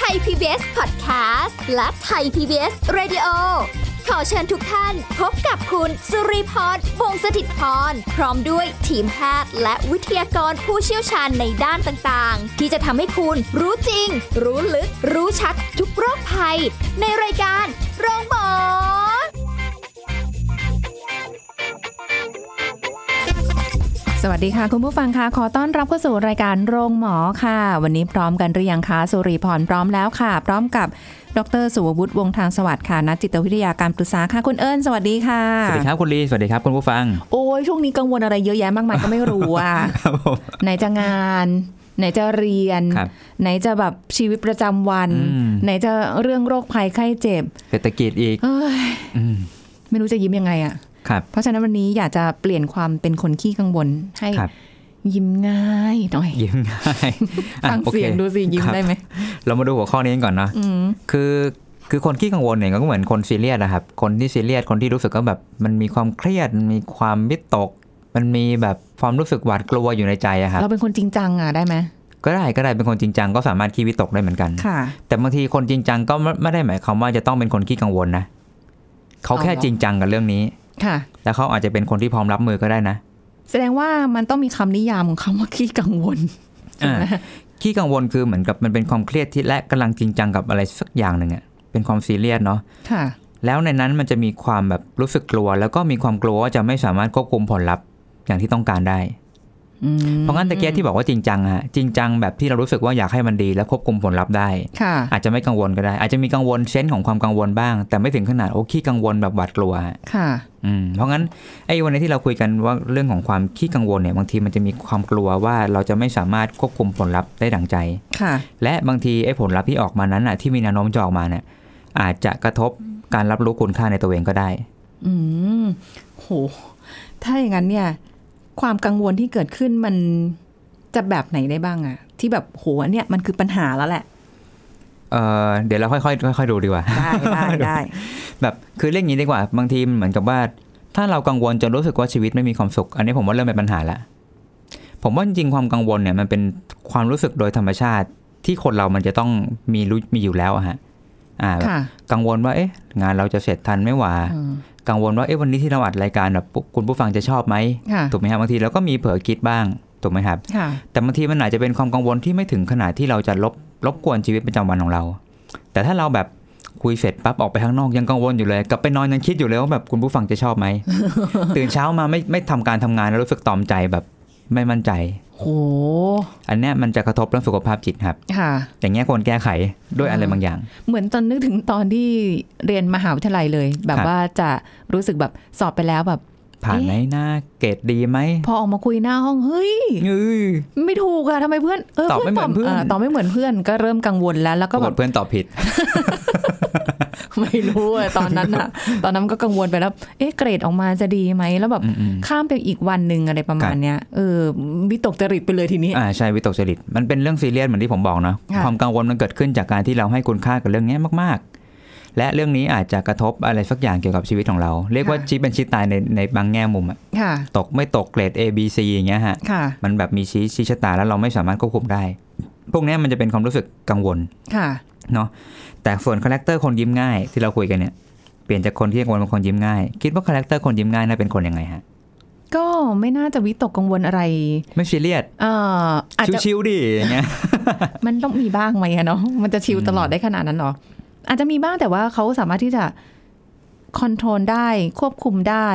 PBS Podcast และไทย PBS Radio ขอเชิญทุกท่านพบกับคุณสุริพรวงศสถิตพร พร้อมด้วยทีมแพทย์และวิทยากรผู้เชี่ยวชาญในด้านต่างๆ ที่จะทำให้คุณรู้จริง รู้ลึก รู้ชัดทุกโรคภัย ในรายการโรงพยาบาล สวัสดีค่ะ คุณผู้ฟังค่ะ ขอต้อนรับเข้าสู่รายการโรงหมอค่ะ วันนี้พร้อมกันหรือยังคะสุริพรพร้อมแล้วค่ะ พร้อมกับดรสุวัฒน์วงศ์ทางสวัสดิ์ค่ะนักจิตวิทยาการปรึกษาค่ะคุณเอิญสวัสดีค่ะ สวัสดีครับคุณลีสวัสดีครับคุณผู้ฟัง โอ้ยช่วงนี้กังวลอะไรเยอะแยะมากมายก็ไม่รู้ อ่ะ ครับผม ไหนจะงาน ไหนจะเรียน ครับ ไหนจะแบบชีวิตประจำวัน อืม ไหนจะเรื่องโรคภัยไข้เจ็บ เศรษฐกิจอีก เอ้ย อืม ไม่รู้จะยิ้มยังไงอ่ะ ครับ เพราะฉะนั้นวันนี้อยากจะเปลี่ยนความเป็นคนขี้กังวลให้ ครับ ยิ้มง่ายหน่อย ยิ้มง่ายอ่ะ ฟัง โอค เสียงดูสิยิ้ม ครับ ได้ไหม เรามาดูหัวข้อนี้กันก่อนเนาะ อืม คือคือคนขี้กังวลเนี่ยก็เหมือนคนซีเรียสนะครับ คนที่ซีเรียสคนที่รู้สึกก็แบบมันมีความเครียดมันมีความวิตก มันมีแบบความรู้สึกหวาดกลัวอยู่ในใจอะครับ เราเป็นคนจริงจังอ่ะได้ไหม ก็ได้ก็ได้เป็นคนจริงจังก็สามารถขี้วิตกได้เหมือนกัน ค่ะ แต่บางทีคนจริงจังก็ไม่ไม่ได้หมายความว่าจะต้องเป็นคนขี้กังวลนะเขาแค่ เอาเหรอ จริงจังกับเรื่องนี้ ค่ะ แล้วเขาอาจจะเป็นคนที่พร้อมรับมือก็ได้นะ แสดงว่ามันต้องมีคำนิยามของคำว่าขี้กังวล อ่า ขี้กังวลคือเหมือนกับมันเป็นความเครียดที่และกำลังจริงจังกับอะไรสักอย่างหนึ่งอะเป็นความซีเรียสเนาะ ค่ะ แล้วในนั้นมันจะมีความแบบรู้สึกกลัว แล้วก็มีความกลัวว่าจะไม่สามารถควบคุมผลลัพธ์อย่างที่ต้องการได้ อืม เพราะงั้นตะเกียบที่บอกว่าจริงจังอะจริงจังแบบที่เรารู้สึกว่าอยากให้มันดีและควบคุมผลลัพธ์ได้ ค่ะ อาจจะไม่กังวลก็ได้ อาจจะมีกังวลเซนส์ของความกังวลบ้าง แต่ไม่ถึงขนาดโอ้ขี้กังวลแบบหวาดกลัวฮะ ค่ะ อืมเพราะงั้นไอ้วันนี้ที่เราคุยกันว่าเรื่องของความขี้กังวลเนี่ยบางทีมันจะมีความกลัวว่าเราจะไม่สามารถควบคุมผลลัพธ์ได้ดังใจ ค่ะ และบางทีไอ้ผลลัพธ์ที่ออกมานั้นน่ะที่มีแนวโน้มจะออกมาเนี่ยอาจจะกระทบการรับรู้คุณค่าในตัวเองก็ได้ อืมโห ถ้าอย่างนั้นเนี่ย ความกังวลที่เกิดขึ้นมันจะแบบไหนได้บ้างอะที่แบบโหอันเนี่ยมันคือปัญหาแล้วแหละ เออเดี๋ยวเราค่อยๆค่อยๆดูดีกว่า ได้ได้ได้ แบบคือเรื่องนี้ดีกว่า บางทีมันเหมือนกับว่า ถ้าเรากังวลจนรู้สึกว่าชีวิตไม่มีความสุข อันนี้ผมว่าเริ่มเป็นปัญหาละผมว่าจริงๆความกังวลเนี่ยมันเป็นความรู้สึกโดยธรรมชาติที่คนเรามันจะต้องมีรู้มีอยู่แล้วอะฮะอ่าแบบ ค่ะ กังวลว่าเอ๊ะ งานเราจะเสร็จทันไหม่หวา อืม กังวลว่าเอ๊ะวันนี้ที่เราอัดรายการแบบคุณผู้ฟังจะชอบไหม ค่ะ ถูกไหมครับบางทีเราก็มีเผลอคิดบ้างถูกไหมครับ ค่ะ แต่บางทีมันอาจจะเป็นความกังวลที่ไม่ถึงขนาดที่เราจะลบรบกวนชีวิตประจำวันของเรา แต่ถ้าเราแบบคุยเสร็จปั๊บออกไปข้างนอกยังกังวลอยู่เลยกลับไปนอนยังคิดอยู่เลยว่าแบบคุณผู้ฟังจะชอบไหม ตื่นเช้ามาไม่ไม่ทำการทำงานแล้วรู้สึกตอมใจแบบไม่มั่นใจ โห อันเนี้ยมันจะกระทบเรื่องสุขภาพจิตครับ ค่ะ อย่างเงี้ยควรแก้ไขด้วยอะไรบางอย่าง เหมือนตอนนึกถึงตอนที่เรียนมหาวิทยาลัยเลย แบบ ครับ ว่าจะรู้สึกแบบสอบไปแล้วแบบ ผ่านไหนหน้าเกรดดีไหม พอออกมาคุยหน้าห้องเฮ้ย เอ้ย ไม่ถูกอะทำไมเพื่อน ตอบไม่เหมือนเพื่อน าตอบไม่เหมือนเพื่อนก็เริ่มกังวลแล้วแล้ว ก็ ก็ บ แบ ด บ เพื่อนตอบผิด ไม่รู้อะตอนนั้น อะตอนนั้นก็กังวลไปแล้ว เอ๊ะเกรดออกมาจะดีไหมแล้วแบบ อืมอืม ข้ามไปอีกวันหนึ่งอะไรประมาณเนี้ยเออวิตกจริตไปเลยทีนี้ อ่าใช่วิตกจริตมันเป็นเรื่องซีเรียสเหมือนที่ผมบอกเนาะ ค่ะ ความกังวลมันเกิดขึ้นจากการที่เราให้คุณค่ากับเรื่องเนี้ยมาก ๆ และเรื่องนี้อาจจะกระทบอะไรสักอย่างเกี่ยวกับชีวิตของเรา เรียกว่าชี้เป็นชี้ตายในในบางแง่มุมอะ ค่ะ ตกไม่ตกเกรด A B C อย่างเงี้ยฮะ ค่ะ มันแบบมีชี้ชี้ชะตาแล้วเราไม่สามารถควบคุมได้ พวกเนี้ยมันจะเป็นความรู้สึกกังวล ค่ะ เนาะแต่ส่วนคาแรคเตอร์คนยิ้มง่ายที่เราคุยกันเนี่ยเปลี่ยนจากคนที่กังวลเป็นคนยิ้มง่าย คิดว่าคาแรคเตอร์คนยิ้มง่ายน่าเป็นคนยังไงฮะ ก็ไม่น่าจะวิตกกังวลอะไร ไม่ซีเรียส เอ่ออาจจะ ชิวๆดิอย่างเงี้ย มันต้องมีบ้างไหมอะเนาะมันจะชิล อืม ตลอดได้ขนาดนั้นเหรออาจจะมีบ้างแต่ว่าเขาสามารถที่จะคอนโทรลได้ควบคุมได้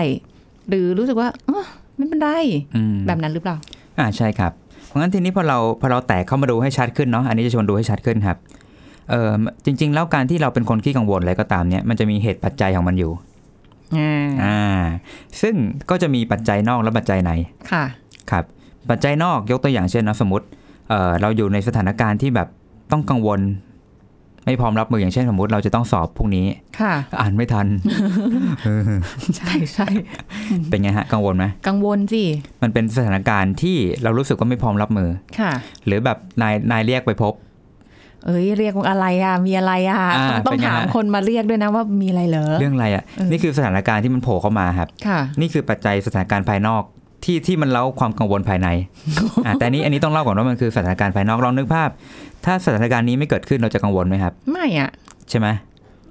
หรือรู้สึกว่าเอ้อไม่เป็นไร อืม แบบนั้นหรือเปล่า อ่าใช่ครับ เพราะงั้นทีนี้พอเราพอเราแตกเข้ามาดูให้ชัดขึ้นเนาะอันนี้จะชวนดูให้ชัดขึ้นครับเออจริง ๆ แล้วการที่เราเป็นคนขี้กังวลอะไรก็ตามเนี่ยมันจะมีเหตุปัจจัยของมันอยู่ อ่า อ่าซึ่งก็จะมีปัจจัยนอกและปัจจัยใน ค่ะ ครับปัจจัยนอกยกตัวอย่างเช่นนะสมมติเออเราอยู่ในสถานการณ์ที่แบบต้องกังวล ไม่พร้อมรับมืออย่างเช่นสมมติเราจะต้องสอบพรุ่งนี้ ค่ะ อ่านไม่ทัน ใช่ใช่ เป็นไงฮะกังวลไหม กังวลสิ มันเป็นสถานการณ์ที่เรารู้สึกว่าไม่พร้อมรับมือ ค่ะ หรือแบบนายนายเรียกไปพบ เอ้ยเรียกว่าอะไรอ่ะมีอะไรอ่ะ อ่า ต้องต้อง เป็นไง ถาม ฮะ คนมาเรียกด้วยนะว่ามีอะไรเหรอ เรื่องอะไรอ่ะ เออ นี่คือสถานการณ์ที่มันโผล่เข้ามาครับ ค่ะ นี่คือปัจจัยสถานการณ์ภายนอก ที่ที่มันเล้าความกังวลภาย ใน อ่ะแต่อันนี้อันนี้ต้องเล่าก่อนว่ามันคือสถานการณ์ภายนอกลองนึกภาพ ถ้าสถานการณ์นี้ไม่เกิดขึ้นเราจะกังวลไหมครับ ไม่อ่ะ ใช่ไหม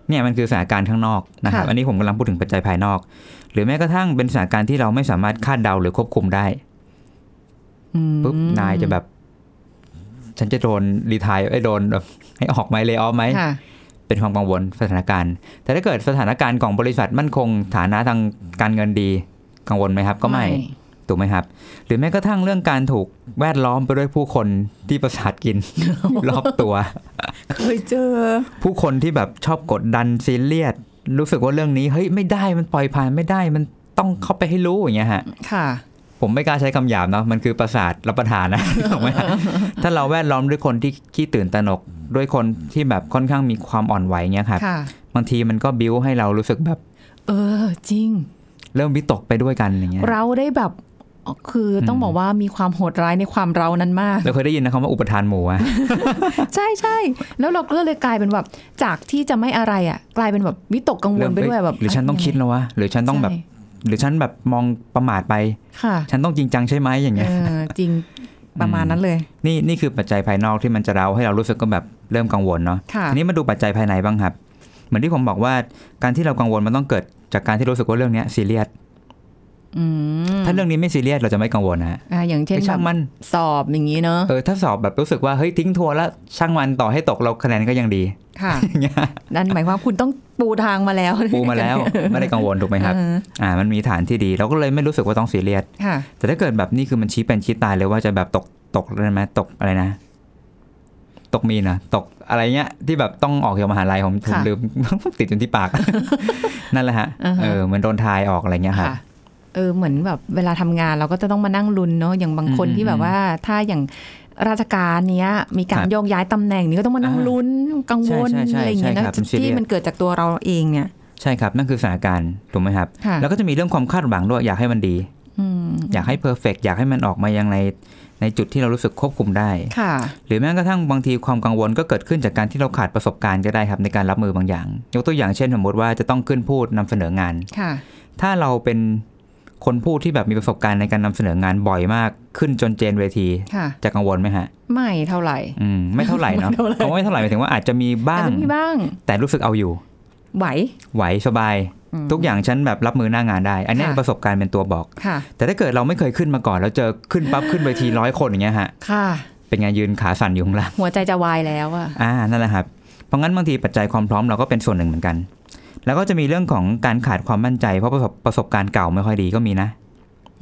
เนี่ยมันคือสถานการณ์ข้างนอกนะครับ ค่ะ อันนี้ผมกำลังพูดถึงปัจจัยภายนอก หรือแม้กระทั่งเป็นสถานการณ์ที่เราไม่สามารถคาดเดาหรือควบคุมได้ อืม ปุ๊บนายจะแบบ ฉันจะโดนรีทายไอ้ยโดนแบบ ให้ออกไหมเลยออฟไหม ค่ะ เป็นความกังวลสถานการณ์ แต่ถ้าเกิดสถานการณ์ของบริษัทมั่นคง ฐานะทางการเงินดี กังวลไหมครับ ก็ไม่ถูกไหมครับ หรือแม้กระทั่งเรื่องการถูกแวดล้อมไปด้วยผู้คนที่ประสาท กิน รอบตัว เคยเจอ ผู้คนที่แบบชอบกดดันซีเรียสรู้สึกว่าเรื่องนี้เฮ้ยไม่ได้มันปล่อยผ่านไม่ได้มันต้องเข้าไปให้รู้อย่างเงี้ยฮะ ค่ะ ผมไม่กล้าใช้คำหยาบเนาะมันคือประสาทรับประทานนะ ถูกไหมฮะถ้าเราแวดล้อมด้วยคนที่ขี้ตื่นตระหนกด้วยคนที่แบบค่อนข้างมีความอ่อนไหวเงี้ยครับ ค่ะ บางทีมันก็บิ้วให้เรารู้สึกแบบ เออ จริง เริ่มวิตกไปด้วยกันอย่างเงี้ย เราได้แบบ คือต้อง อืม บอกว่ามีความโหดร้ายในความเรานั้นมาก เราเคยได้ยินนะคำว่าอุปทานหมู่อะ ใช่ใช่ แล้วเราก็เลยกลายเป็นแบบ จากที่จะไม่อะไรอ่ะ กลายเป็นแบบวิตกกังว เริ่ ล ม ไปด้วยแบบ หรือฉันต้องคิดแล้ววะหรือฉันต้องแบบ ใช่ หรือฉันแบบมองประมาทไป ค่ะ ฉันต้องจริงจังใช่ไหมอย่าง เอ เงี้ย อ จริง ประมาณนั้นเลย นี่นี่คือปัจจัยภายนอกที่มันจะเราให้เรารู้สึกก็แบบเริ่มกังวลเนาะ ค่ะ ทีนี้มาดูปัจจัยภายในบ้างครับ เหมือนที่ผมบอกว่าการที่เรากังวลมันต้องเกิดจากการที่รู้สึกว่าเรื่องเนี้ยซีเรียส อืม ถ้าเรื่องนี้ไม่ซีเรียสเราจะไม่กังวลนะฮะ อ่าอย่างเช่น ไอ้ แบ ช่า บ งมัน สอบอย่างนี้เนอะ เออถ้าสอบแบบรู้สึกว่าเฮ้ยทิ้งทัวร์แล้วช่างมันต่อให้ตกเราคะแนนก็ยังดี ค่ะ อย่างเงี้ย นั่นหมายความคุณต้องปูทางมาแล้ว ปูมา แล้วไม่ได้กังวลถูกไหมครับ เออ อ่ามันมีฐานที่ดีเราก็เลยไม่รู้สึกว่าต้องซีเรียส ค่ะ แต่ถ้าเกิดแบบนี่คือมันชี้เป็นชี้ตายเลยว่าจะแบบตกตกอะไรไหมตกอะไรนะ ตกมีนนะตกอะไรเงี้ยที่แบบต้องออกจากมหาลัยผมผม ค่ะ ลืม ติดจนที่ปาก นั่นแหละฮะเออเหมือนโดนทายออกอะไรเงี้ยครับ ค่ะ เออ เหมือนแบบเวลาทำงานเราก็จะต้องมานั่งลุ้นเนาะ อย่างบางคน อืม ที่แบบว่า ถ้าอย่างราชการเนี้ย มีการครับ โยกย้ายตำแหน่งนี้ก็ต้องมานั่ง อ่า ลุ้น กังวล ใช่ใช่ใช่ อะไรอย่างเงี้ย ใช่ นะครับ เป็นซีเรียส ที่มันเกิดจากตัวเราเองเนี่ย ใช่ครับนั่นคือสถานการณ์ถูกไหมครับ ค่ะ แล้วก็จะมีเรื่องความคาดหวังด้วยอยากให้มันดี อืม อยากให้เพอร์เฟกอยากให้มันออกมายังในในจุดที่เรารู้สึกควบคุมได้ ค่ะ หรือแม้กระทั่งบางทีความกังวลก็เกิดขึ้นจากการที่เราขาดประสบการณ์ก็ได้ครับในการรับมือบางอย่าง ยกตัวอย่างเช่นสมมติว่าจะต้องขึ้นพูดนำเสนองาน ค่ะ ถ้าเราเป็นคนพูดที่แบบมีประสบการณ์ในการนำเสนองานบ่อยมาก ขึ้นจนเจนเวที ค่ะ จะกังวลไหมฮะ ไม่เท่าไหร่ อืมไม่เท่าไหร่เนาะ ไม่เท่าไหร่ เพราะว่าไม่เท่าไหร่หมายถึงว่าอาจจะมีบ้า อาจ ง จะมีบ้าง แต่รู้สึกเอาอยู่ ไหว ไหวสบาย อืม ทุกอย่างฉันแบบรับมือหน้างานได้ อันเนี้ย ค่ะ ประสบการณ์เป็นตัวบอก ค่ะ แต่ถ้าเกิดเราไม่เคยขึ้นมาก่อน แล้วเจอขึ้นปั๊บ ขึ้นเวทีร้อยคนอย่างเงี้ยฮะ ค่ะ เป็นไงยืนขาสั่นอยู่ข้างล่าง หัวใจจะวายแล้วอะ อ่านั่นแหละครับเพราะงั้นบางทีปัจจัยความพร้อมเราก็เป็นส่วนหนึ่งเหมือนกัน แล้วก็จะมีเรื่องของการขาดความมั่นใจเพราะประสบประสบการณ์เก่าไม่ค่อยดีก็มีนะ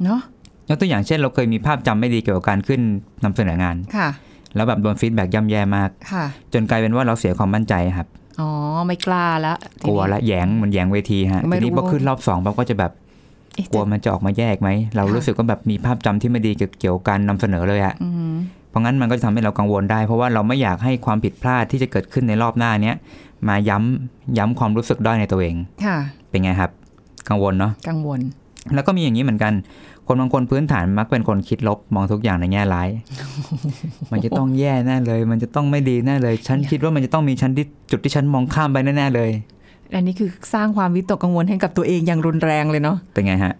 เนาะ ยกตัวอย่างเช่น เราเคยมีภาพจำไม่ดีเกี่ยวกับการขึ้นนำเสนองาน ค่ะ แล้วแบบโดนฟีดแบ็กย่ำแย่มาก ค่ะ จนกลายเป็นว่าเราเสียความมั่นใจครับ อ๋อ ไม่กล้าละ กลัว ทีนี้ ละแหยงเหมันแหยงเวทีฮะ ไม่ ที รู้ นี้พอขึ้นรอบสองปั๊บก็จะแบบ เอ๊ะ กลัว จะ มันจะออกมาแยกไหม เรารู้สึกว่าแบบมีภาพจำที่ไม่ดีเกี่ยวกับการนำเสนอเลยอะ อืม เพราะงั้นมันก็จะทำให้เรากังวลได้ เพราะว่าเราไม่อยากให้ความผิดพลาดที่จะเกิดขึ้นในรอบหน้าเนี้ยมาย้ำย้ำความรู้สึกด้อยในตัวเอง ค่ะ เป็นไงครับ กังวลเนาะ กังวล แล้วก็มีอย่างนี้เหมือนกัน คนบางคนพื้นฐานมักเป็นคนคิดลบมองทุกอย่างในแง่ร้าย มันจะต้องแย่แน่เลย มันจะต้องไม่ดีแน่เลยฉันคิดว่ามันจะต้องมีชั้นที่จุดที่ฉันมองข้ามไปแน่ๆเลย อันนี้คือสร้างความวิตกกังวลให้กับตัวเองอย่างรุนแรงเลยเนาะ เป็นไงฮะ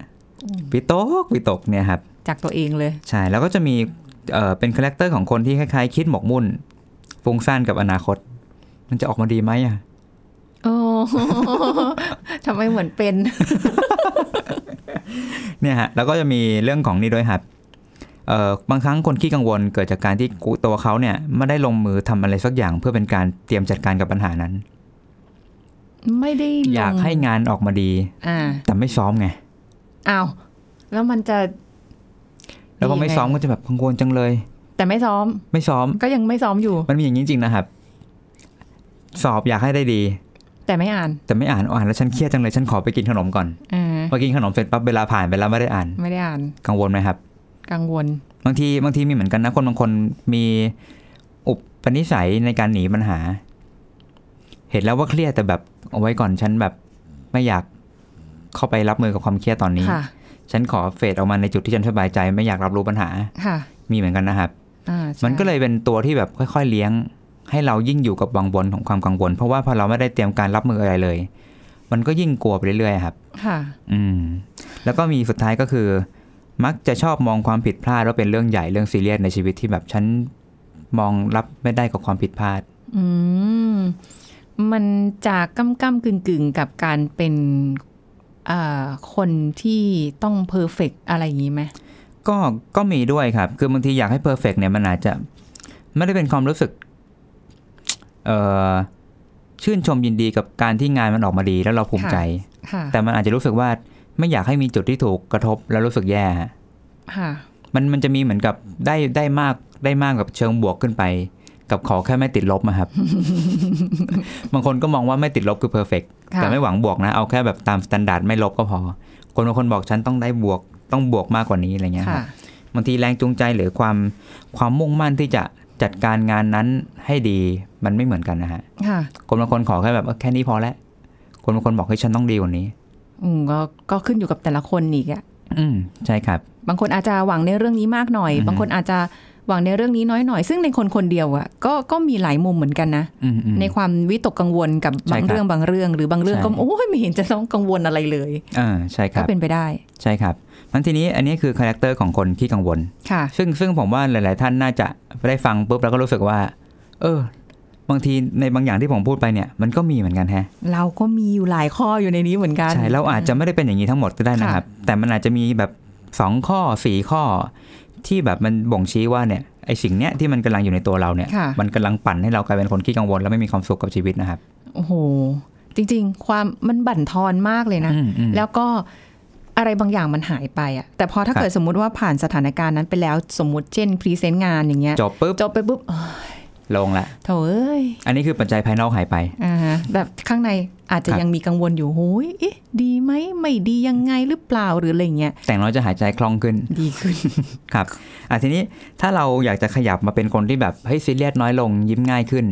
วิตกวิตกเนี่ยครับ จากตัวเองเลย ใช่ แล้วก็จะมีเอ่อเป็นคาแรคเตอร์ของคนที่คล้ายๆ คิดหมกมุ่นฟุ้งซ่านกับอนาคต มันจะออกมาดีไหมอ่ะ โอ้ ทำไมเหมือนเป็น เนี่ยฮะ แล้วก็จะมีเรื่องของนี่ด้วยครับเอ่อบางครั้งคนขี้กังวลเกิดจากการที่ตัวเขาเนี่ยไม่ได้ลงมือทำอะไรสักอย่าง เพื่อเป็นการเตรียมจัดการกับปัญหานั้น ไม่ได้ลง อยากให้งานออกมาดี อ่า แต่ไม่ซ้อมไง อ้าว แล้วมันจะ แล้วพอไม่ ดียังง ซ้อมก็จะแบบกังวลจังเลย แต่ไม่ซ้อม ไม่ซ้อม ก็ยังไม่ซ้อมอยู่ มันมีอย่างนี้จริงนะครับ สอบอยากให้ได้ดี แต่ไม่อ่าน แต่ไม่อ่านอ่านแล้วฉันเครียดจังเลยฉันขอไปกินขนมก่อน อ่า พอกินขนมเสร็จปั๊บเวลาผ่านไปแล้วไม่ได้อ่าน ไม่ได้อ่าน กังวลไหมครับ กังวล บางทีบางทีมีเหมือนกันนะคนบางคนมีอุปนิสัยในการหนีปัญหา เห็นแล้วว่าเครียดแต่แบบเอาไว้ก่อนฉันแบบไม่อยากเข้าไปรับมือกับความเครียดตอนนี้ ค่ะ ฉันขอเฟดออกมาในจุดที่ฉันสบายใจไม่อยากรับรู้ปัญหา ค่ะ มีเหมือนกันนะครับ อ่าใช่ มันก็เลยเป็นตัวที่แบบค่อย ๆ เลี้ยง ให้เรายิ่งอยู่กับวังวนของความกังวล เพราะว่าพอเราไม่ได้เตรียมการรับมืออะไรเลย มันก็ยิ่งกลัวไปเรื่อยๆครับ ค่ะ อืมแล้วก็มีสุดท้ายก็คือ มักจะชอบมองความผิดพลาดว่าเป็นเรื่องใหญ่เรื่องซีเรียสในชีวิตที่แบบฉันมองรับไม่ได้กับความผิดพลาด อืมมันจากก้ำก้ำกึ่งกึ่งๆ กับการเป็นอ่าคนที่ต้องเพอร์เฟกอะไรอย่างนี้ไหม ก็ก็มีด้วยครับ คือบางทีอยากให้เพอร์เฟกเนี่ยมันอาจจะไม่ได้เป็นความรู้สึกเอ่อชื่นชมยินดีกับการที่งานมันออกมาดีแล้วเราภูมิใจ ค่ะ แต่มันอาจจะรู้สึกว่าไม่อยากให้มีจุดที่ถูกกระทบแล้วรู้สึกแย่ฮะ ค่ะ มันมันจะมีเหมือนกับได้ได้มากได้มากกับเชิงบวกขึ้นไป กับขอแค่ไม่ติดลบนะครับ บางคนก็มองว่าไม่ติดลบคือเพอร์เฟก ค่ะ แต่ไม่หวังบวกนะ เอาแค่แบบตามสแตนดาร์ดไม่ลบก็พอ คนบางคนบอกฉันต้องได้บวกต้องบวกมากกว่านี้อะไรเงี้ยครับ ค่ะ บางทีแรงจูงใจหรือความความมุ่งมั่นที่จะจัดการงานนั้นให้ดีมันไม่เหมือนกันนะฮะ ค่ะ คนบางคนขอแค่แบบเออแค่นี้พอแล้ว คนบางคนบอกให้ยฉันต้องดีกว่านี้ อืมก็ก็ขึ้นอยู่กับแต่ละคนอีกอะ อืมใช่ครับ บางคนอาจจะหวังในเรื่องนี้มากหน่อย อือฮึ บางคนอาจจะหวังในเรื่องนี้น้อยหน่อย ซึ่งในคนคนเดียวอะก็ก็มีหลายมุมเหมือนกันนะ อืมอืม ในความวิตกกังวลกับ ใช่ บาง ครับ เรื่องบางเรื่อง หรือบางเรื่องก็ ใช่ โอ้ยไม่เห็นจะต้องกังวลอะไรเลย อ่าใช่ค ก็ รับ เป็นไปได้ ใช่ครับมันทีนี้อันนี้คือคาแรคเตอร์ของคนที่กังวล ค่ะ ซึ่งซึ่งผมว่าหลาย ๆ ท่านน่าจะได้ฟังปุ๊บแล้วก็รู้สึกว่า เออ บางทีในบางอย่างที่ผมพูดไปเนี่ยมันก็มีเหมือนกันแฮะ เราก็มีอยู่หลายข้ออยู่ในนี้เหมือนกัน ใช่เราอาจจะไม่ได้เป็นอย่างนี้ทั้งหมดก็ได้นะครับ แต่มันอาจจะมีแบบ 2 ข้อ 4 ข้อ ที่แบบมันบ่งชี้ว่าเนี่ยไอสิ่งเนี้ยที่มันกำลังอยู่ในตัวเราเนี่ย ค่ะ มันกำลังปั่นให้เรากลายเป็นคนขี้กังวล และไม่มีความสุขกับชีวิตนะครับ โอ้โห จริง ๆ ความมันบั่นทอนมากเลยนะ อืมอืม แล้วก็อะไรบางอย่างมันหายไปอะแต่พอถ้า ครับ เกิดสมมุติว่าผ่านสถานการณ์นั้นไปแล้วสมมุติเช่นพรีเซนต์งานอย่างเงี้ย จบปุ๊บ จบไปปุ๊บเอ้ย ลงละ โถเอ้ย อันนี้คือปัจจัยภายนอกหายไป อ่าฮะแบบข้างในอาจจะ ครับ ยังมีกังวลอยู่โอ้ยเอ๊ะ ดีไหมไม่ดียังไงหรือเปล่าหรืออะไรเงี้ย แต่งเราจะหายใจคล่องขึ้น ดีขึ้น ครับอ่ะทีนี้ถ้าเราอยากจะขยับมาเป็นคนที่แบบเฮ้ยซีเรียสน้อยลงยิ้มง่ายขึ้น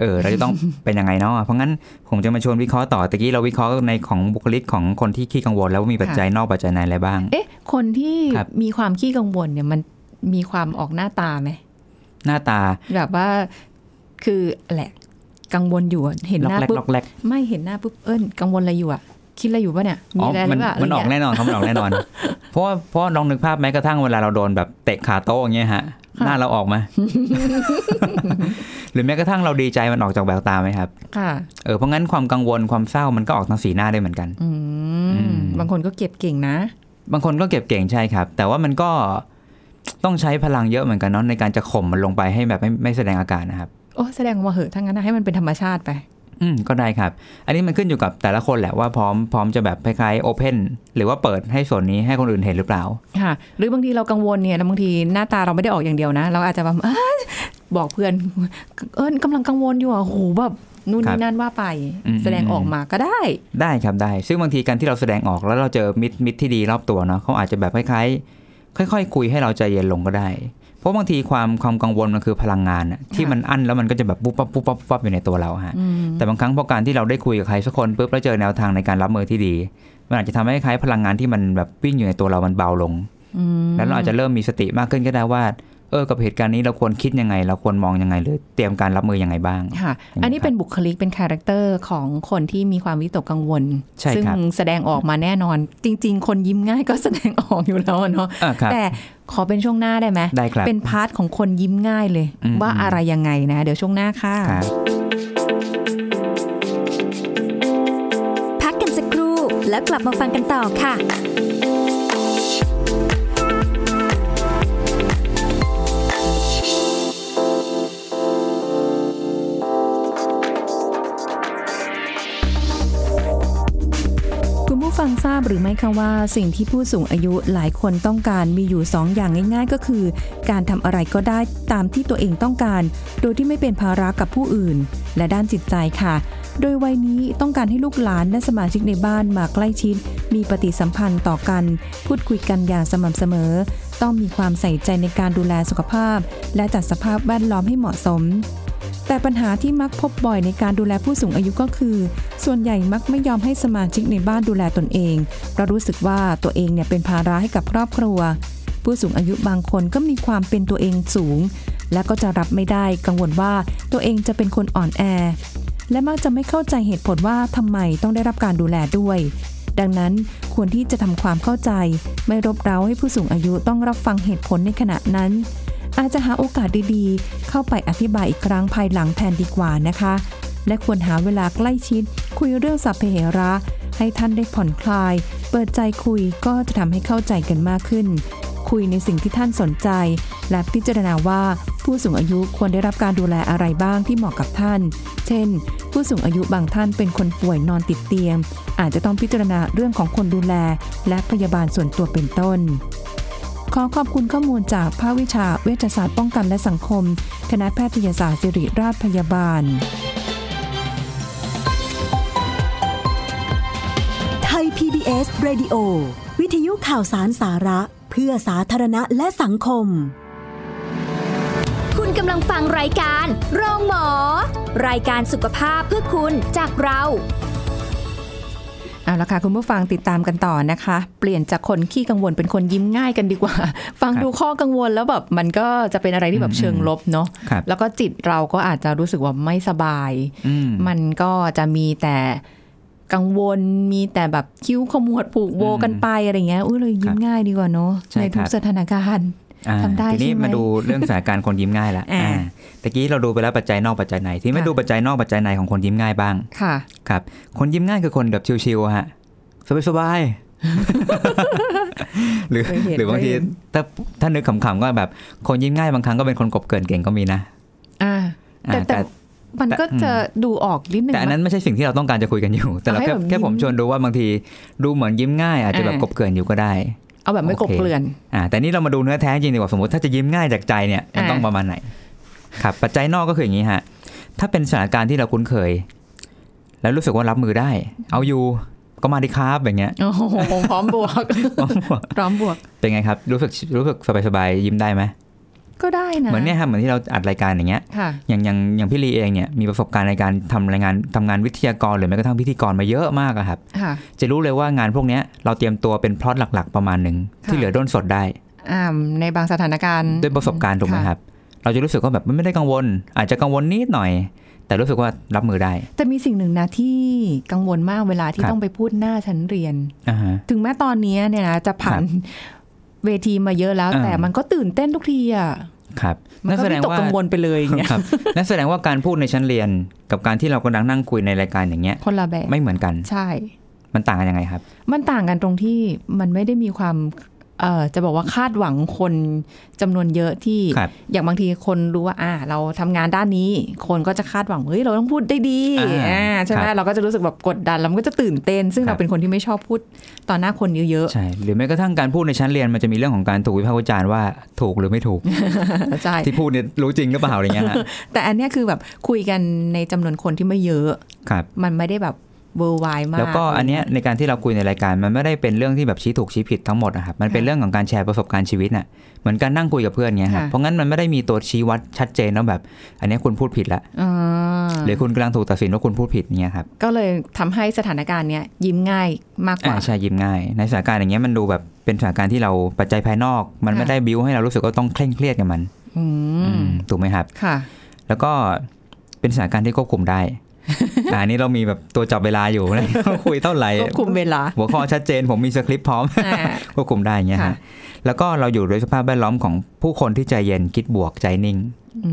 เออ เราจะต้อง เป็นยังไงเนาะเพราะงั้นผมจะมาชวนวิเคราะห์ต่อตะกี้เราวิเคราะห์ในของบุคลิกของคนที่ขี้กังวล แล้วว่ามีปัจจัยนอกปัจจัยในอะไรบ้าง เอ๊ะ คนที่ ครับ มีความขี้กังวลเนี่ยมันมีความออกหน้าตาไหม หน้าตา แบบว่าคือแหละ กังวลอยู่อะเห็น ล็อ ห ก น้า แรก ปุ๊บ ล็อกแรก ไม่เห็นหน้าปุ๊บเอิ้นกังวลอะไรอยู่อ่ะ คิดอะไรอยู่ปะเนี่ย มี อ๋อ อะไรห มั รื น อเปล่าอะไร มันออก เงี้ย แน่นอนครับมันออกแน่นอน เพราะว่าเพราะลองนึกภาพแม้กระทั่งเวลาเราโดนแบบเตะขาโต๊ะอย่างเงี้ยฮะ ค่ะ หน้าเราอ อกไหมา หรือแม้กระทั่งเราดีใจมันออกจากแววตาไหมครับ ค่ะ เออเพราะงั้นความกังวลความเศร้ามันก็ออกทางสีหน้าได้เหมือนกัน อื อื ม ม บางคนก็เก็บเก่งนะ บางคนก็เก็บเก่งใช่ครับ แต่ว่ามันก็ต้องใช้พลังเยอะเหมือนกันเนาะในการจะข่มมันลงไปให้แบบไม่ไม่แสดงอาการนะครับ โอ้แสดงว่าเหอะทั้างนั้นนะให้มันเป็นธรรมชาติไป อืมก็ได้ครับ อันนี้มันขึ้นอยู่กับแต่ละคนแหละว่าพร้อมพร้อมจะแบบคล้ายๆโอเพนหรือว่าเปิดให้ส่วนนี้ให้คนอื่นเห็นหรือเปล่า ค่ะ หรือบางทีเรากังวลเนี่ยแล้วบางทีหน้าตาเราไม่ได้ออกอย่างเดียวนะ เราอาจจะแบบ เอ้ยบอกเพื่อน เอิ้นกำลังกังวลอยู่อ่ะโหแบบนู่น ครั นี่ บ นั่นว่าไป อืม แสดงออกมาก็ได้ ได้ครับได้ ซึ่งบางทีการที่เราแสดงออกแล้วเราเจอมิตรมิตรที่ดีรอบตัวเนาะเขาอาจจะแบบคล้ายๆ ค่อย ๆ คุยให้เราใจเย็นลงก็ได้ เพราะบางทีความความกังวลมันคือพลังงานอะที่ ค่ะ มันอั้นแล้วมันก็จะแบบปุ๊บปั๊บปุ๊บปั๊บปุ๊บปั๊บอยู่ในตัวเราฮะ อืม แต่บางครั้งพอการที่เราได้คุยกับใครสักคนปุ๊บแล้วเจอแนวทางในการรับมือที่ดี มันอาจจะทำให้คล้ายพลังงานที่มันแบบวิ่งอยู่ในตัวเรามันเบาลง อืม แล้วเราอาจจะเริ่มมีสติมากขึ้นก็ได้ว่า เออกับเหตุการณ์นี้เราควรคิดยังไง เราควรมองยังไง หรือเตรียมการรับมือยังไงบ้าง ค่ะ อันนี้เป็นบุคลิกเป็นคาแรคเตอร์ของคนที่มีความวิตกกังวล ใช่ ซึ่ง ครับ แสดงออกมาแน่นอน จริง ๆ คนยิ้มง่ายก็แสดงออกอยู่แล้วอะเนาะ อ่ะครับ แต่ขอเป็นช่วงหน้าได้ไหม ได้ครับ เป็นพาร์ทของคนยิ้มง่ายเลย อืม ว่าอะไรยังไงนะ เดี๋ยวช่วงหน้าค่ะ ครับ พักกันสักครู่แล้วกลับมาฟังกันต่อค่ะ คุณผู้ฟังทราบหรือไม่คะว่า สิ่งที่ผู้สูงอายุหลายคนต้องการมีอยู่ 2 อย่างง่าย ๆ ก็คือ การทำอะไรก็ได้ตามที่ตัวเองต้องการ โดยที่ไม่เป็นภาระกับผู้อื่น และด้านจิตใจค่ะ โดยวัยนี้ต้องการให้ลูกหลานและสมาชิกในบ้านมาใกล้ชิด มีปฏิสัมพันธ์ต่อกัน พูดคุยกันอย่างสม่ำเสมอ ต้องมีความใส่ใจในการดูแลสุขภาพ และจัดสภาพแวดล้อมให้เหมาะสม แต่ปัญหาที่มักพบบ่อยในการดูแลผู้สูงอายุก็คือ ส่วนใหญ่มักไม่ยอมให้สมาชิกในบ้านดูแลตนเองเพราะรู้สึกว่าตัวเองเนี่ยเป็นภาระให้กับครอบครัว ผู้สูงอายุบางคนก็มีความเป็นตัวเองสูง และก็จะรับไม่ได้กังวลว่าตัวเองจะเป็นคนอ่อนแอ และมักจะไม่เข้าใจเหตุผลว่าทำไมต้องได้รับการดูแลด้วย ดังนั้นควรที่จะทำความเข้าใจ ไม่รบเร้าให้ผู้สูงอายุต้องรับฟังเหตุผลในขณะนั้น อาจจะหาโอกาสดีๆ เข้าไปอธิบายอีกครั้งภายหลังแทนดีกว่านะคะ และควรหาเวลาใกล้ชิด คุยเรื่องสัพเพเหระ ให้ท่านได้ผ่อนคลาย เปิดใจคุยก็จะทำให้เข้าใจกันมากขึ้น คุยในสิ่งที่ท่านสนใจ และพิจารณาว่าผู้สูงอายุควรได้รับการดูแลอะไรบ้างที่เหมาะกับท่าน เช่น ผู้สูงอายุบางท่านเป็นคนป่วยนอนติดเตียง อาจจะต้องพิจารณาเรื่องของคนดูแล และพยาบาลส่วนตัวเป็นต้น ขอขอบคุณข้อมูลจากภาควิชาเวชศาสตร์ป้องกันและสังคม คณะแพทยศาสตร์ศิริราชพยาบาล ไทย PBS Radio วิทยุข่าวสารสาระ เพื่อสาธารณะและสังคม คุณกำลังฟังรายการ โรงหมอ รายการสุขภาพเพื่อคุณจากเรา เอาละค่ะ คุณผู้ฟังติดตามกันต่อนะคะ เปลี่ยนจากคนขี้กังวลเป็นคนยิ้มง่ายกันดีกว่า ฟัง ครับ ดูข้อกังวลแล้วแบบมันก็จะเป็นอะไรที่แบบ อืม เชิงลบเนาะ ครับ แล้วก็จิตเราก็อาจจะรู้สึกว่าไม่สบาย อืม มันก็จะมีแต่กังวลมีแต่แบบคิ้วขมวดผูกโบ อืม กันไปอะไรเงี้ยอุ้ยเลยยิ้มง่ายดีกว่าเนาะ ใช่ ในทุก ครับ สถานการณ์ อ่า ทำได้ ทีนี้ ใช่ไหม มาดูเรื่องสถานการณ์คนยิ้มง่ายละ อ่า อ่าตะกี้เราดูไปแล้วปัจจัยนอกปัจจัยในที่ไม่ ค่ะ ดูปัจจัยนอกปัจจัยในของคนยิ้มง่ายบ้าง ค่ะ ครับ คนยิ้มง่ายคือคนแบบชิวๆอะฮะสบายๆ หรือ เคยเห็น หรือบางที เคยเห็น ถ้าถ้านึกขำๆก็แบบ คนยิ้มง่ายบางครั้งก็เป็นคนกบเกินเก่งก็มีนะ อ่า อ่า แต่แต่ แต่ มันก็จะดูออกนิดนึง แต่อันนั้น ว่า ไม่ใช่สิ่งที่เราต้องการจะคุยกันอยู่ แต่เรา เอาให้ แค่ แบบยิ้ม แค่ผมชวนดูว่าบางทีดูเหมือนยิ้มง่าย อาจจะแบบ อ่าก ก บเกินอยู่ก็ได้ เอาแบบไม่กลบ โอเค เกลื่อน อ่าแต่นี่เรามาดูเนื้อแท้จริงดีกว่าสมมติถ้าจะยิ้มง่ายจากใจเนี่ยมัน อ่า ต้องประมาณไหน ครับปัจจัยนอกก็คืออย่างนี้ฮะถ้าเป็นสถานการณ์ที่เราคุ้นเคย แล้วรู้สึกว่ารับมือได้ เอาอยู่ก็มาดิครับอย่างเงี้ย โอ้โหพร้อมบวก พร้อมบวก เป็นไงครับรู้สึกรู้สึกสบายๆยิ้มได้ไหม ก็ได้นะ เหมือนเนี่ยครับเหมือนที่เราอัดรายการอย่างเงี้ย ค่ะ อย่างอย่างอย่างพี่ลีเองเนี่ยมีประสบการณ์ในการทำรายงานทำงานวิทยากรหรือแม้กระทั่งพิธีกรมาเยอะมากอะครับ ค่ะ จะรู้เลยว่างานพวกเนี้ยเราเตรียมตัวเป็นพล็อตหลัก ๆ ประมาณหนึ่ง ค่ะ ที่เหลือด้นสดได้ อ่าในบางสถานการณ์ ด้วยประสบการณ์ถูกไหม ค่ะ ครับ เราจะรู้สึกว่าแบบมันไม่ได้กังวล อาจจะกังวลนิดหน่อย แต่รู้สึกว่ารับมือได้ แต่มีสิ่งหนึ่งนะที่กังวลมากเวลาที่ต้องไปพูดหน้าชั้นเรียน อ่าฮะ ถึงแม้ตอนนี้เนี่ยนะจะผ่านเวทีมาเยอะแล้ว อ่า แต่มันก็ตื่นเต้นทุกทีอ่ะ ครับ มันก็ แสด ไม่ ง ตก ว่า กังวลไปเลยอย่างเงี้ย ครับนั่นแสดงว่าการพูดในชั้นเรียน กับการที่เรากำลังนั่ง คุยในรายการอย่างเงี้ย คนละแบบ ไม่เหมือนกัน ใช่ มันต่างกันยังไงครับ มันต่างกันตรงที่มันไม่ได้มีความเอ่อจะบอกว่าคาดหวังคนจำนวนเยอะที่ ครับ อย่างบางทีคนรู้ว่า อ่า เราทำงานด้านนี้ คนก็จะคาดหวังเฮ้ยเราต้องพูดได้ดี อ่า อ่าใช่ไหม ครับ เราก็จะรู้สึกแบบกดดันแล้วมันก็จะตื่นเต้น ซึ่ง ครับ เราเป็นคนที่ไม่ชอบพูดต่อหน้าคนเยอะ ใช่ หรือแม้กระทั่งการพูดในชั้นเรียนมันจะมีเรื่องของการถูกวิพากษ์วิจารณ์ว่าถูกหรือไม่ถูก ๆใช่ ที่พูดเนี่ยรู้จริงหรือเปล่าอะไรเงี้ยฮะ แต่อันเนี้ยคือแบบคุยกันในจำนวนคนที่ไม่เยอะ ครับ มันไม่ได้แบบเวอร์ไว มาก แล้วก็อันเนี้ยในการที่เราคุยในรายการมันไม่ได้เป็นเรื่องที่แบบชี้ถูกชี้ผิดทั้งหมดนะครับมันเป็น ค่ะ เรื่องของการแชร์ประสบการณ์ชีวิตน่ะเหมือนการนั่งคุยกับเพื่อนเงี้ยครับ ค่ะ เพราะงั้นมันไม่ได้มีตัวชี้วัดชัดเจนว่าแบบ อันเนี้ยคุณพูดผิดละ อ่า หรือคุณกำลังถูกตัดสินว่าคุณพูดผิดเงี้ยครับ ก็เลยทำให้สถานการณ์เนี้ยยิ้มง่ายมากก อ่า ว่า ใช่ยิ้มง่าย ในสถานการณ์อย่างเงี้ยมันดูแบบเป็นสถานการณ์ที่เราปัจจัยภายนอก มัน ค่ะ ไม่ได้บิ้วให้เรารู้สึกว่าต้องเคร่งเครียดกับมัน อืม อืมถูกไหมครับ ค่ะ แล้วก็เป็นสถานการณ์ที่ควบคุม ได้ อ่าอันนี้เรามีแบบตัวจับเวลาอยู่นะ คุยเท่าไหร่ ควบคุมเวลา หัวข้อชัดเจนผมมีสคริปต์พร้อม อ่า ควบคุมได้อย่างเงี้ย ค่ะ ฮะแล้วก็เราอยู่ด้วยสภาพแวดล้อมของผู้คนที่ใจเย็นคิดบวกใจนิ่ง อื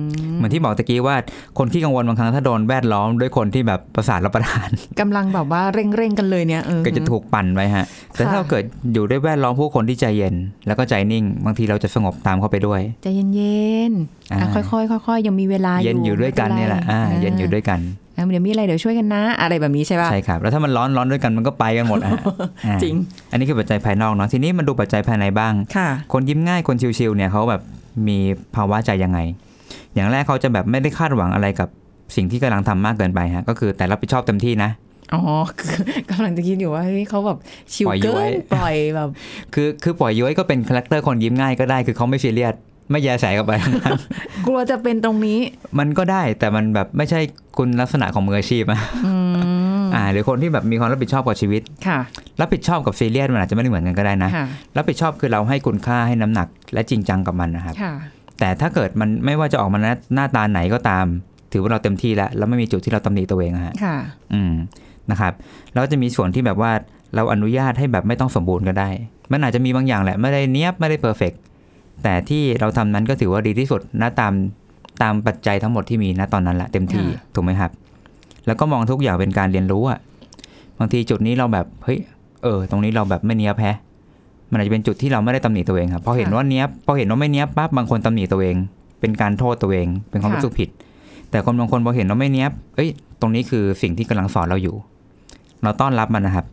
ม เหมือนที่บอกตะกี้ว่าคนที่กังวลบางครั้งถ้าโดนแวดล้อมด้วยคนที่แบบประสาทรับประทาน กำลังแบบว่าเร่งๆกันเลยเนี่ยเออ ก็จะถูกปั่นไปฮะ แต่ถ้า ค่ะ เราเกิดอยู่ด้วยแวดล้อมผู้คนที่ใจเย็น แล้วก็ใจนิ่ง บางทีเราจะสงบตามเข้าไปด้วย ใจเย็นๆอ่ะ อ่า ค่อยๆค่อยๆ ยังมีเวลาอยู่ เย็นอยู่ด้วยกันเนี่ยแหละอ่าเย็นอยู่ด้วยกัน อ่ะเดี๋ยวมีอะไรเดี๋ยวช่วยกันนะ อะไรแบบนี้ใช่ป่ะ ใช่ครับแล้วถ้ามันร้อนร้อนด้วยกันมันก็ไปกันหมดอะ ฮะอ่า จริง อันนี้คือปัจจัยภายนอกเนาะทีนี้มันดูปัจจัยภายในบ้าง ค่ะ คนยิ้มง่ายคนชิลๆเนี่ยเขาแบบมีภาวะใจยังไง อย่างแรกเขาจะแบบไม่ได้คาดหวังอะไรกับสิ่งที่กำลังทำมากเกินไปฮะก็คือแต่รับผิดชอบเต็มที่นะ อ๋ อคือกำลังจะคิดอยู่ว่าเฮ้ยเขาแบบชิว ปล่อย เกิ ย้อย นปล่อยแบบ คือคือปล่อยย้อยก็เป็นคาแรคเตอร์คนยิ้มง่ายก็ได้ คือเขาไม่ซีเรียสไม่แยแสกับอะไร กลัวจะเป็นตรงนี้ มันก็ได้แต่มันแบบไม่ใช่คุณลักษณะของมืออาชีพอะ อืม อ่าหรือคนที่แบบมีความรับผิดชอบกับชีวิต ค่ะ รับผิดชอบกับซีเรียสมันอาจจะไม่ได้เหมือนกันก็ได้นะ ค่ะ รับผิดชอบคือเราให้คุณค่าให้น้ำหนัก และจริงจังกับมันนะครับ ค่ะ แต่ถ้าเกิดมันไม่ว่าจะออกมาหน้าหน้าตาไหนก็ตาม ถือว่าเราเต็มที่แล้วแล้วไม่มีจุดที่เราตำหนิตัวเองอะฮะ ค่ะ อืมนะครับแล้วก็จะมีส่วนที่แบบว่า เราอนุญาตให้แบบไม่ต้องสมบูรณ์ก็ได้ มันอาจจะมีบางอย่างแหละไม่ได้เนี้ยบไม่ได้เพอร์เฟกแต่ที่เราทำนั้นก็ถือว่าดีที่สุดนะตามตามปัจจัยทั้งหมดที่มีนะตอนนั้นแหละเต็มที่ ค่ะ ถูกไหมครับ แล้วก็มองทุกอย่างเป็นการเรียนรู้อะบางทีจุดนี้เราแบบเฮ้ยเออ ตรงนี้เราแบบไม่เนี้ยบแพ้มันอาจจะเป็นจุดที่เราไม่ได้ตำหนิตัวเองครับพอเห็นว่าเนี้ยบพอเห็นว่าไม่เนี้ยบปั๊บบางคนตำหนิตัวเอง เป็นการโทษตัวเอง เป็นความรู้สึกผิด แต่คนบางคนพอเห็นว่าไม่เนี้ยบเอ้ย ตรงนี้คือสิ่งที่กำลังสอนเราอยู่ เราต้อนรับมันนะครับ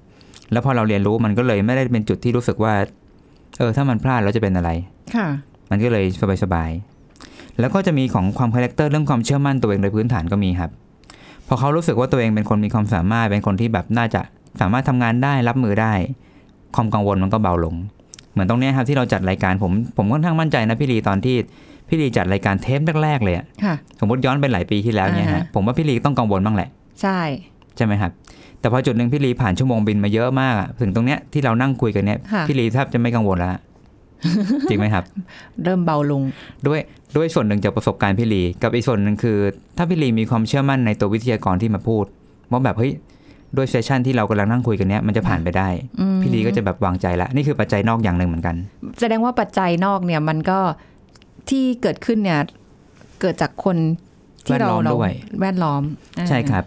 แล้วพอเราเรียนรู้มันก็เลยไม่ได้เป็นจุดที่รู้สึกว่า เออ ถ้ามันพลาดแล้วจะเป็นอะไร ค่ะ มันก็เลยสบายๆ แล้วก็จะมีของความคาแรคเตอร์เรื่องความเชื่อมั่นตัวเองโดยพื้นฐานก็มีครับ พอเขารู้สึกว่าตัวเองเป็นคนมีความสามารถ เป็นคนที่แบบน่าจะสามารถทำงานได้รับมือได้ ความกังวลมันก็เบาลง เหมือนตรงเนี้ยครับที่เราจัดรายการผมผมค่อนข้างมั่นใจนะพี่ลีตอนที่พี่ลีจัดรายการเทปแรกๆเลยอะ ค่ะ สมมติย้อนไปหลายปีที่แล้วเนี่ย อ่า ฮะ ฮะ ผมว่าพี่ลีต้องกังวลบ้างแหละ ใช่ ใช่ไหมครับ แต่พอจุดหนึ่งพี่ลีผ่านชั่วโมงบินมาเยอะมากอะถึงตรงเนี้ยที่เรานั่งคุยกันเนี้ย ค่ะ พี่ลีแทบจะไม่กังวลแล้ว จริงไหมครับ เริ่มเบาลง ด้วยด้วยส่วนหนึ่งจากประสบการณ์พี่ลีกับอีกส่วนหนึ่งคือ ถ้าพี่ลีมีความเชื่อมั่นในตัววิทยากรที่มาพูดว่าแบบเฮ้ยด้วยเซสชันที่เรากำลังนั่งคุยกันเนี้ยมันจะผ่านไปได้ อืม พี่ลีก็จะแบบวางใจละนี่คือปัจจัยนอกอย่างหนึ่งเหมือนกัน แสดงว่าปัจจัยนอกเนี่ยมันก็ที่เกิดขึ้นเนี่ย เกิดจากคนที่เรา แวดล้อม เรา ด้วย แวดล้อมอ่า ใช่ครับ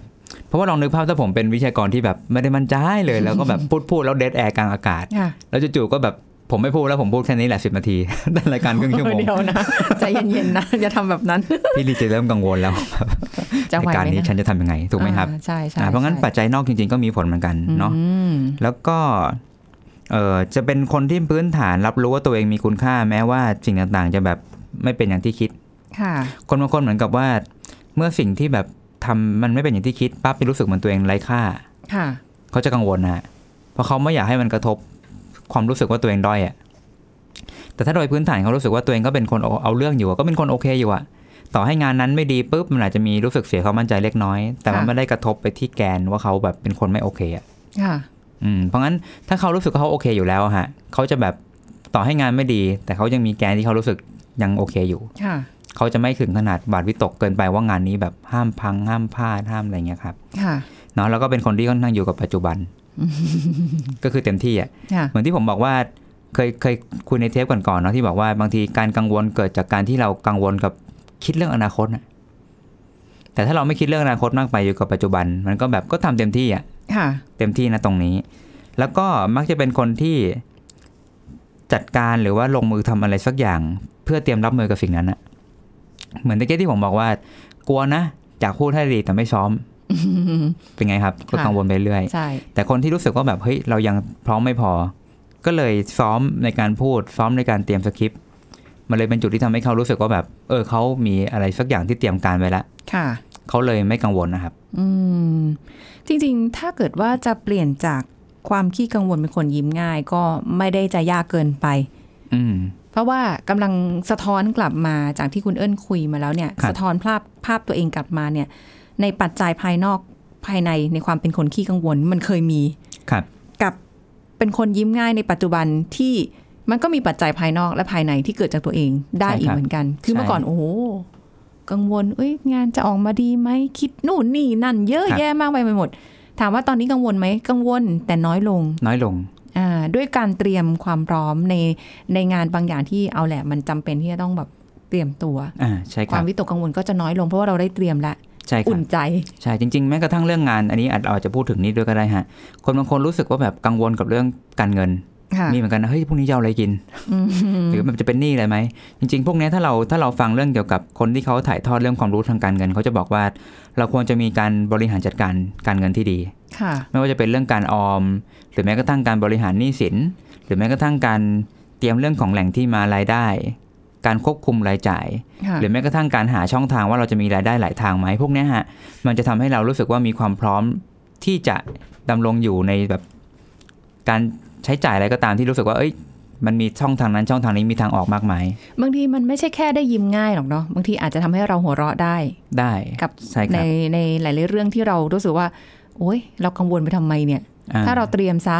เพราะว่าลองนึกภาพถ้าผมเป็นวิทยากรที่แบบไม่ได้มั่นใจเลยแล้วก็แบบ พูดพูดแล้วเดดแอร์กลางอากาศ ค่ะ แล้วจู่ๆก็แบบผมไม่พูดแล้วผมพูดแค่นี้แหละสิบนาที ดันรายการครึ่งชั่วโมง เดี๋ยวนะ ใจเย็นๆนะอย่าทำแบบนั้น พี่ลีจะเริ่มกังวลแล้ว จะไหว รายการ ไหม นี้ฉันจะทำยังไงถูกไหมครับ อ่าใช่ใช่ อ่าเพราะงั้น ใช่ ปัจจัยนอกจริง ๆก็มีผลเหมือนกันเนาะ อืม แล้วก็เออจะเป็นคนที่พื้นฐานรับรู้ว่าตัวเองมีคุณค่าแม้ว่าสิ่งต่างๆ จะแบบไม่เป็นอย่างที่คิด ค่ะ คนบางคนเหมือนกับว่า เมื่อสิ่งที่แบบทำมันไม่เป็นอย่างที่คิดปั๊บจะรู้สึกเหมือนตัวเองไร้ค่า ค่ะ เขาจะกังวลนะฮะเพราะเขาไม่อยากให้มันกระทบความรู้สึกว่าตัวเองด้อยอะแต่ถ้าโดยพื้นฐานเขารู้สึกว่าตัวเองก็เป็นคนเอาเอาเรื่องอยู่อะก็เป็นคนโอเคอยู่อะต่อให้งานนั้นไม่ดีปุ๊บมันอาจจะมีรู้สึกเสียความมั่นใจเล็กน้อย แต่มัน ค่ะ ไม่ได้กระทบไปที่แกนว่าเขาแบบเป็นคนไม่โอเคอะ ค่ะ อืมเพราะงั้นถ้าเขารู้สึกว่าเขาโอเคอยู่แล้วอะฮะเขาจะแบบต่อให้งานไม่ดี แต่เขายังมีแกนที่เขารู้สึกยังโอเคอยู่ ค่ะ เขาจะไม่ถึงขนาดบาดวิตกเกินไปว่างานนี้แบบห้ามพังห้ามพลาดห้ามอะไรเงี้ยครับ ค่ะ เนาะแล้วก็เป็นคนที่ค่อนข้างอยู่กับปัจจุบัน ก็คือเต็มที่อ่ะ ค่ะ เหมือนที่ผมบอกว่าเคยเคยคุยในเทปก่อนๆเนาะที่บอกว่าบางทีการกังวลเกิดจากการที่เรากังวลกับคิดเรื่องอนาคตน่ะแต่ถ้าเราไม่คิดเรื่องอนาคตมากไปอยู่กับปัจจุบัน มันก็แบบก็ทำเต็มที่อ่ะ ค่ะ เต็มที่นะตรงนี้ แล้วก็มักจะเป็นคนที่จัดการหรือว่าลงมือทำอะไรสักอย่าง เพื่อเตรียมรับมือกับสิ่งนั้นอะเหมือนตะเกียบที่ผมบอกว่า กลัวนะอยากพูดให้ดีแต่ไม่ซ้อ ม เป็นไงครับ ก็ ค่ะ กังวลไปเรื่อย ใช่ แต่คนที่รู้สึกว่าแบบเฮ้ยเรายังพร้อมไม่พอ ก็เลยซ้อมในการพูด ซ้อมในการเตรียมสคริปต์มันเลยเป็นจุดที่ทำให้เขารู้สึกว่าแบบ เออเขามีอะไรสักอย่างที่เตรียมการไว้ละ ค่ะ เขาเลยไม่กังวลนะครับ อืม จริงๆ ถ้าเกิดว่าจะเปลี่ยนจากความขี้กังวลเป็นคนยิ้มง่าย ก็ไม่ได้จะยากเกินไป อืม เพราะว่ากำลังสะท้อนกลับมาจากที่คุณเอิญคุยมาแล้วเนี่ย ครับ สะท้อนภาพภาพตัวเองกลับมาเนี่ย ในปัจจัยภายนอกภายในในความเป็นคนขี้กังวลมันเคยมี ครับ กับเป็นคนยิ้มง่ายในปัจจุบันที่มันก็มีปัจจัยภายนอกและภายในที่เกิดจากตัวเองได้ ใช่ครับ อีกเหมือนกัน คือ ใช่ เมื่อก่อนโอ้โหกังวล เอ้ยงานจะออกมาดีไหมคิดนู่นนี่นั่น เยอะ ครับ แยะมากไปไปหมด ถามว่าตอนนี้กังวลไหมกังวลแต่น้อยลง น้อยลง อ่าด้วยการเตรียมความพร้อมในในงานบางอย่างที่เอาแหละมันจำเป็นที่จะต้องแบบเตรียมตัว อ่า ใช่ค ควา รั ม บ วิตกกังวลก็จะน้อยลงเพราะว่าเราได้เตรียมละ ใช่ครับ อุ่นใจ ใช่จริงๆแม้กระทั่งเรื่องงานอันนี้อาจอาจจะพูดถึงนี้ด้วยก็ได้ฮะคนบางคนรู้สึกว่าแบบกังวลกับเรื่องการเงิน ค่ะ มีเหมือนกันนะเฮ้ยพรุ่งนี้จะเอาอะไรกิน อืม หรือแบบจะเป็นหนี้อะไรไหมจริง ๆ พวกเนี้ยถ้าเราถ้าเราฟังเรื่องเกี่ยวกับคนที่เขาถ่ายทอดเรื่องความรู้ทางการเงินเขาจะบอกว่า เราควรจะมีการบริหารจัดการการเงินที่ดี ค่ะ ไม่ว่าจะเป็นเรื่องการออม หรือแม้กระทั่งการบริหารหนี้สิน หรือแม้กระทั่งการเตรียมเรื่องของแหล่งที่มารายได้ การควบคุมรายจ่าย ค่ะ หรือแม้กระทั่งการหาช่องทางว่าเราจะมีรายได้หลายทางไหมพวกเนี้ยฮะมันจะทำให้เรารู้สึกว่ามีความพร้อมที่จะดำรงอยู่ในแบบการใช้จ่ายอะไรก็ตามที่รู้สึกว่า เอ้ย มันมีช่องทางนั้นช่องทางนี้มีทางออกมากมาย บางทีมันไม่ใช่แค่ได้ยิ้มง่ายหรอกเนาะบางทีอาจจะทำให้เราหัวเราะได้ ได้ กับ ใช่ค ใน รับ ในหลาย ๆ เรื่องที่เรารู้สึกว่า โอ๊ย เรากังวลไปทำไมเนี่ย อ่ ถ้าเราเตรียมซะ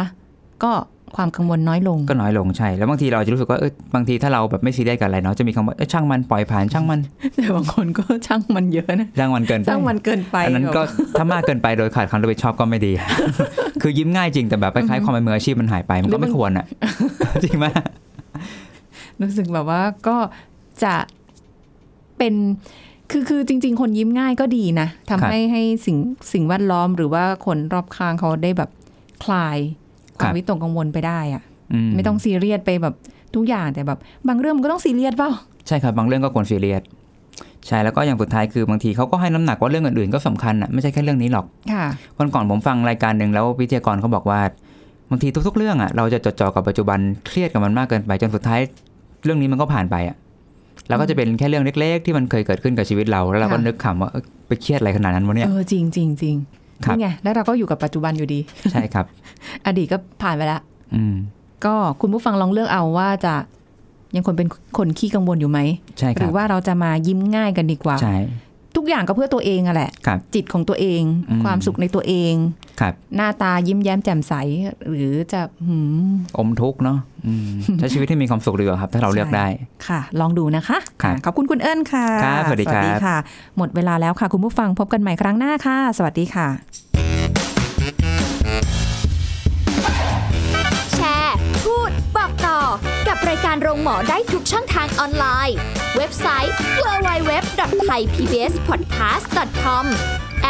ก็ ความกังวลน้อยลง ก็น้อยลงใช่ แล้วบางทีเราอาจจะรู้สึกว่าเออบางทีถ้าเราแบบไม่ซีเรียสกับอะไรเนาะจะมีคำว่าเอ้ยช่างมันปล่อยผ่านช่างมัน แต่บางคนก็ช่างมันเยอะนะ ช่างมันเกินไป ช่างมันเกินไป อันนั้นก็ แบบ ถ้ามากเกินไปโดยขาดความรับผิดชอบก็ไม่ดี คือยิ้มง่ายจริงแต่แบบคล้ายๆความเป็นมืออาชีพมันหายไปมันก็ไม่ควรอ่ะ จริงไหม รู้สึกแบบว่าก็จะเป็นคือคือจริง ๆ คนยิ้มง่ายก็ดีนะทำให้ให้สิ่งสิ่งแวดล้อมหรือว่าคนรอบข้างเขาได้แบบคลายความครับ วิตกกังวลไปได้อะ อื ไม่ต้องซีเรียสไปแบบทุกอย่างแต่แบบ บางเรื่องมันก็ต้องซีเรียสเปล่า ใช่ครับบางเรื่องก็ควรซีเรียสใช่แล้วก็อย่างสุดท้ายคือบางทีเขาก็ให้น้ำหนักว่าเรื่องอื่นๆก็สำคัญอ่ะไม่ใช่แค่เรื่องนี้หรอก ค่ะ วันก่อนผมฟังรายการหนึ่งแล้ววิทยากรเขาบอกว่าบางทีทุกๆ เรื่องอ่ะเราจะจดจ่อกับปัจจุบันเครียดกับมันมากเกินไปจนสุดท้ายเรื่องนี้มันก็ผ่านไปอ่ะแล้วก็จะเป็นแค่เรื่องเล็ก ๆ ที่มันเคยเกิดขึ้นกับชีวิตเราแล้วเราก็ ค่ะ นึกขำว่าเอ้ยไปเครียดอะไรขนาดนั้นวะเนี่ย เออจริงจริงจริง ครับ นี่ไงแล้วเราก็อยู่กับปัจจุบันอยู่ดี ใช่ครับ อดีตก็ผ่านไปแล้ว อืม ก็คุณผู้ฟังลองเลือกเอาว่าจะยังคนเป็นคนขี้กังวลอยู่ไหม ใช่ค หรื รับ อว่าเราจะมายิ้มง่ายกันดีกว่า ใช่ ทุกอย่างก็เพื่อตัวเองอะแหละ ครับ จิตของตัวเอง อืม ความสุขในตัวเอง ครับ หน้าตายิ้มแย้มแจ่มใส หรือจะหืม อมทุกข์เนาะอืมใช้ชีวิตที่มีความสุขดีกว่าครับ ถ้าเราเลือก ใช่ ได้ ค่ะ ลองดูนะคะ ครับ ขอบคุณคุณเอิญค่ะ ครับสวัสดีครับ ค่ะ หมดเวลาแล้วค่ะ คุณผู้ฟังพบกันใหม่ครั้งหน้าค่ะ สวัสดีค่ะ แชร์ พูด บอกต่อ กับรายการโรงหมอได้ทุกช่องทางออนไลน์ เว็บไซต์ www.thaipbspodcast.com แอ